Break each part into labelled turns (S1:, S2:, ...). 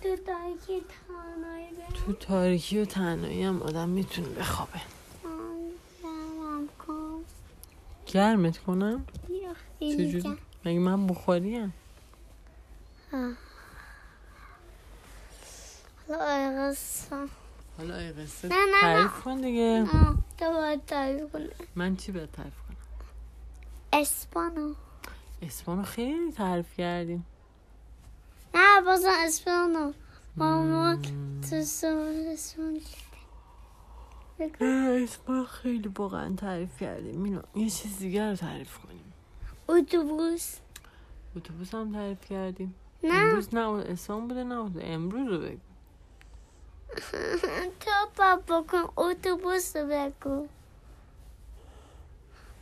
S1: تاریکی تنهایی برم
S2: تو تاریکی و تنهایی هم آدم میتونه بخوابه
S1: برم کن
S2: گرمت کنم
S1: یه خیلی
S2: چجوری
S1: گرم.
S2: مگه من بخاریم
S1: آه. حالا آیغاز
S2: حالا ای قصه
S1: نه، نه، نه.
S2: تعریف کن دیگه
S1: آه تو باید تعریف کنی
S2: من چی به تعریف کنم
S1: اسپانو
S2: اسپانو خیلی تعریف کردیم
S1: نه بازم اسپانو
S2: Hmm.
S1: مامان
S2: مم.
S1: تو سو اسپانو
S2: اه، اسپانو خیلی واقعا تعریف کردیم مینا یه چیز دیگه رو تعریف کنیم
S1: اتوبوس
S2: اتوبوس هم تعریف کردیم
S1: نه
S2: امروز نه اسپان بوده نه امروز رو بگو
S1: تو پاپا کن اتوبوس رو بگو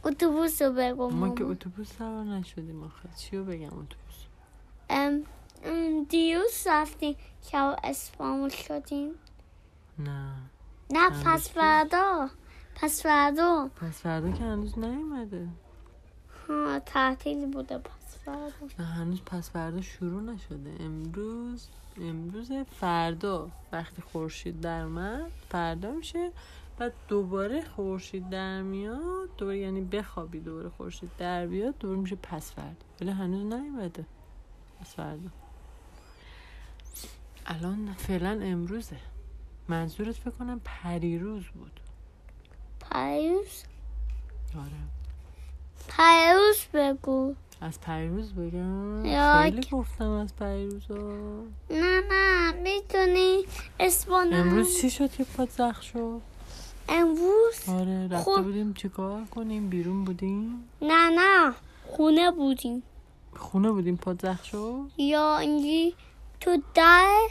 S1: اتوبوس رو بگو
S2: ما که
S1: خب، مامان.
S2: اتوبوس سوار نشدیم آخه چی رو بگم اتوبوس
S1: ام ام، mm, دیروز رفتیم که اسپانو شدیم
S2: نه
S1: نه
S2: امروز
S1: پس
S2: چی؟
S1: فردا پس فردا
S2: پس فردا که هنوز نیومده
S1: ها تعطیل بوده پس فردا
S2: نه هنوز پس فردا شروع نشده امروز امروز فردا وقتی خورشید در اومد فردا میشه بعد دوباره خورشید در میاد دوباره یعنی بخوابی دوباره خورشید در بیاد دوباره میشه پس فردا ولی هنوز نیومده پس فردا الان فعلا امروزه منظورت فکر کنم پریروز بود
S1: پیروز
S2: آره
S1: پیروز بگو
S2: از پریروز بگم
S1: یا
S2: خیلی
S1: که-
S2: گفتم از پریروز ها.
S1: نه نه میتونی اسپانو
S2: امروز چی شد که پات زخم شد
S1: امروز
S2: آره رفته
S1: خب.
S2: بودیم چیکار کنیم بیرون بودیم
S1: نه نه خونه بودیم
S2: خونه بودیم پات زخم شد
S1: یا اینجی تو در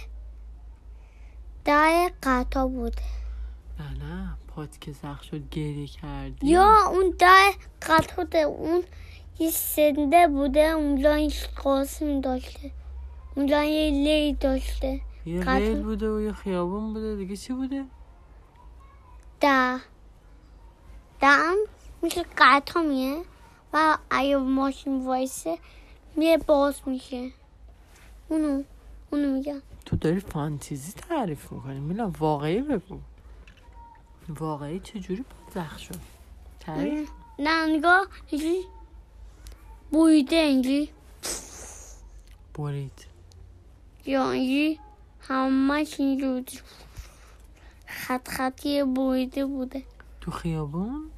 S1: در قطا بوده
S2: نه نه پات که زخم شد گریه کردی
S1: یا اون در قطا ده اون یه سنده بوده اونجا این قاسم داشته اونجا یه لی داشته
S2: یه
S1: قطع.
S2: ریل بوده و یه خیابون بوده دیگه چی بوده
S1: ده دم میشه قطا میه و اگه ماشین وایسه میه باز میشه اونو اونو میگم
S2: تو داری فانتیزی تعریف میکنی میلا واقعی بگو واقعی چجوری پات زخم شد تعریف
S1: نه نگاه اینجوری بویده اینجوری
S2: برید
S1: یا اینجوری همش اینجوری بود. خط خطی بویده بوده
S2: تو خیابون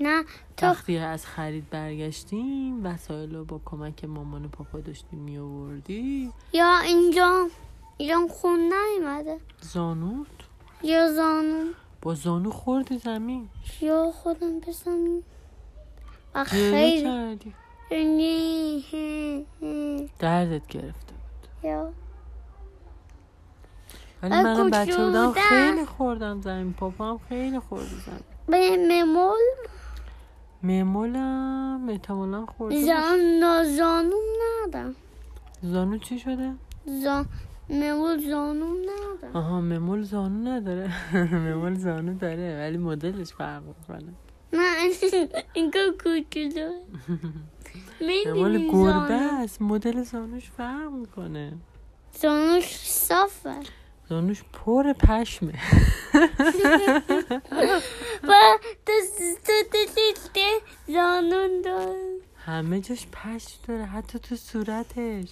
S1: نه تو
S2: وقتی از خرید برگشتیم وسایل رو با کمک مامان و پاپا داشتیم می آوردی
S1: یا اینجا اینجا خون نیمده
S2: زانوت
S1: یا زانو
S2: با زانو خوردی زمین
S1: یا خودم بزنم و
S2: گریه
S1: خیلی
S2: کردی
S1: نه
S2: دردت گرفته بود
S1: یا
S2: ولی
S1: من
S2: منم بچه بودم
S1: کوچولودم.
S2: خیلی خوردم زمین پاپا هم خیلی خورد زمین
S1: به ممول
S2: معمولم احتمالا خورده باشه.
S1: زانو زانو ندم
S2: زانو چی شده؟
S1: زان ممول زانو ندم
S2: آها ممول زانو نداره ممول زانو داره ولی مدلش فرق میکنه
S1: نه اینکه کوچولو
S2: ممول
S1: میدونی
S2: گربه
S1: زانو
S2: است مدل زانوش فرق میکنه
S1: زانوش صافه
S2: زانوش پر پشمه
S1: با تو تو تو تو- تو زانو دار
S2: همه جاش پشم داره حتی تو صورتش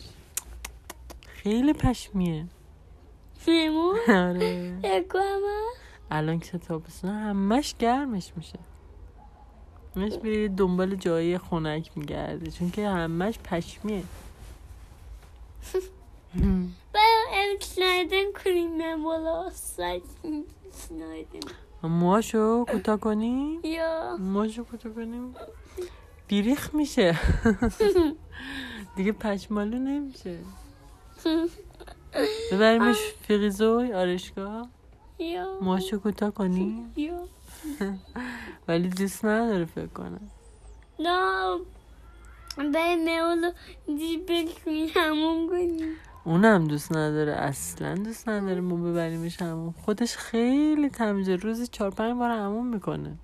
S2: خیلی پشمیه
S1: ممول
S2: آره
S1: بگو همه
S2: الان که تابستون همش گرمش میشه همش میری دنبال جای خنک میگرده چون که همش پشمیه هم.
S1: برم ام شنایدن کنیم ممول آسان شنایدن
S2: موهاشو کوتاه کنیم
S1: یا
S2: موهاشو کوتاه کنیم بیریخ میشه دیگه پشمالو نمیشه ببریمش فریزوی آرشگاه
S1: یا
S2: موهاشو کوتاه کنیم
S1: یا
S2: ولی دوست نداره فکر کنم
S1: نه برای مولو دیبل کنی همون کنی
S2: اونم دوست نداره اصلا دوست نداره ما ببریمش همون خودش خیلی تمیزه روزی چهار پنج بار همون میکنه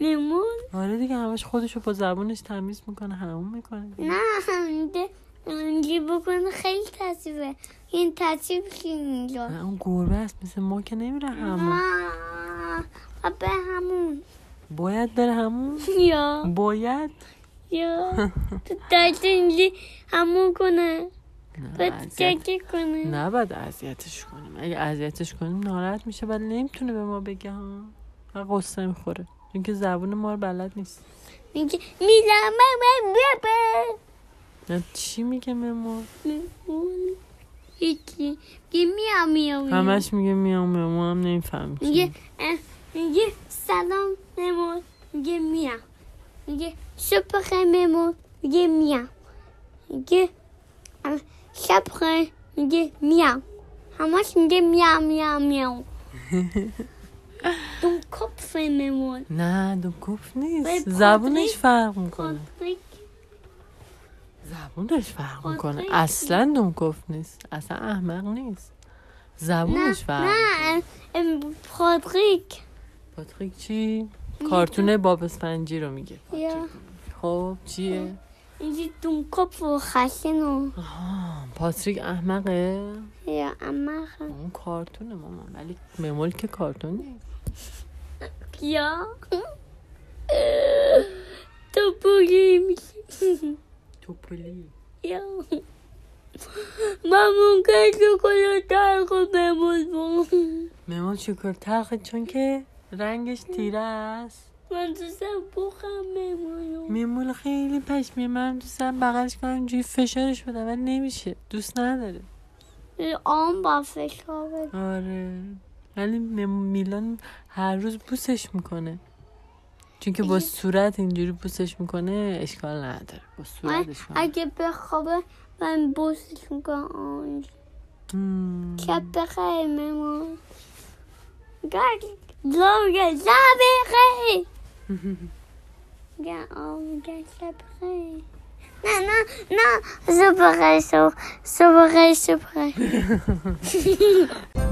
S1: ممول
S2: آره دیگه همش خودشو با زبانش تمیز میکنه همون میکنه
S1: نه میده اونجی بکنه خیلی تصیبه این تصیب که اینجا
S2: نه اون گربه است مثل ما که نمیره همون
S1: آه، و به همون
S2: باید بره همون
S1: یا
S2: باید
S1: یا تو داشته اینجی همون کنه
S2: نه
S1: باید
S2: اذیت
S1: چکی کنه
S2: نباید اذیتش کنیم اگه اذیتش کنیم ناراحت میشه بعد نمیتونه به ما بگه ها و قصه میخوره چون که زبون ما رو بلد نیست
S1: میگه میدم بابا بابا
S2: نه چی میگه به ما
S1: میگه هیچی میگه میام میام
S2: همش میگه میام میام ما هم نمیفهمیم چی
S1: میگه
S2: میگه.
S1: اه، میگه سلام ممو میگه میام میگه شب بخیر ممو میگه میام میگه اه، شب بخیر میگه میام همش میگه میام میام میام دون کپف ممو
S2: نه دو گفت نیست
S1: ولی
S2: زبونش
S1: پادریک-
S2: فرق میکنه
S1: پاتریک
S2: زبونش فرق میکنه
S1: پادریک-
S2: اصلا دو گفت نیست اصلا احمق نیست
S1: نه
S2: زبونش فرق
S1: نه ام، پاتریک
S2: پاتریک چی کارتون باب اسفنجی رو میگه
S1: یا
S2: خب چیه
S1: اینجا دون کپف و خشن و
S2: آه، پاتریک احمقه
S1: یا اما خ-
S2: اون کارتونه مامان ولی ممول که کارتون نیست
S1: Ja. تو بگیم
S2: توپلی
S1: یا مامون که شکلات تلخ و بمون بخور.
S2: ممول شکر تلخه چون که رنگش تیره است
S1: من تو سر بخم بمونم
S2: ممول خیلی پشمی من دوستم بغلش کنم اینجوری فشارش بدم ولی نمیشه دوست نداره
S1: آن با فشار بده.
S2: آره ولی مم- میلان هر روز بوسش میکنه چون که با
S1: اگه-
S2: صورت اینجوری بوسش میکنه اشکال نداره
S1: من
S2: با صورتش کنه.
S1: اگه بخوابه من بوسش میکنم آنج
S2: مم.
S1: شب بخیر ممون گرد لامگه شب بخیر میگن آه میگن شب بخیر نه نه نه صبح بخیر صبح صبح بخیر صبح بخیر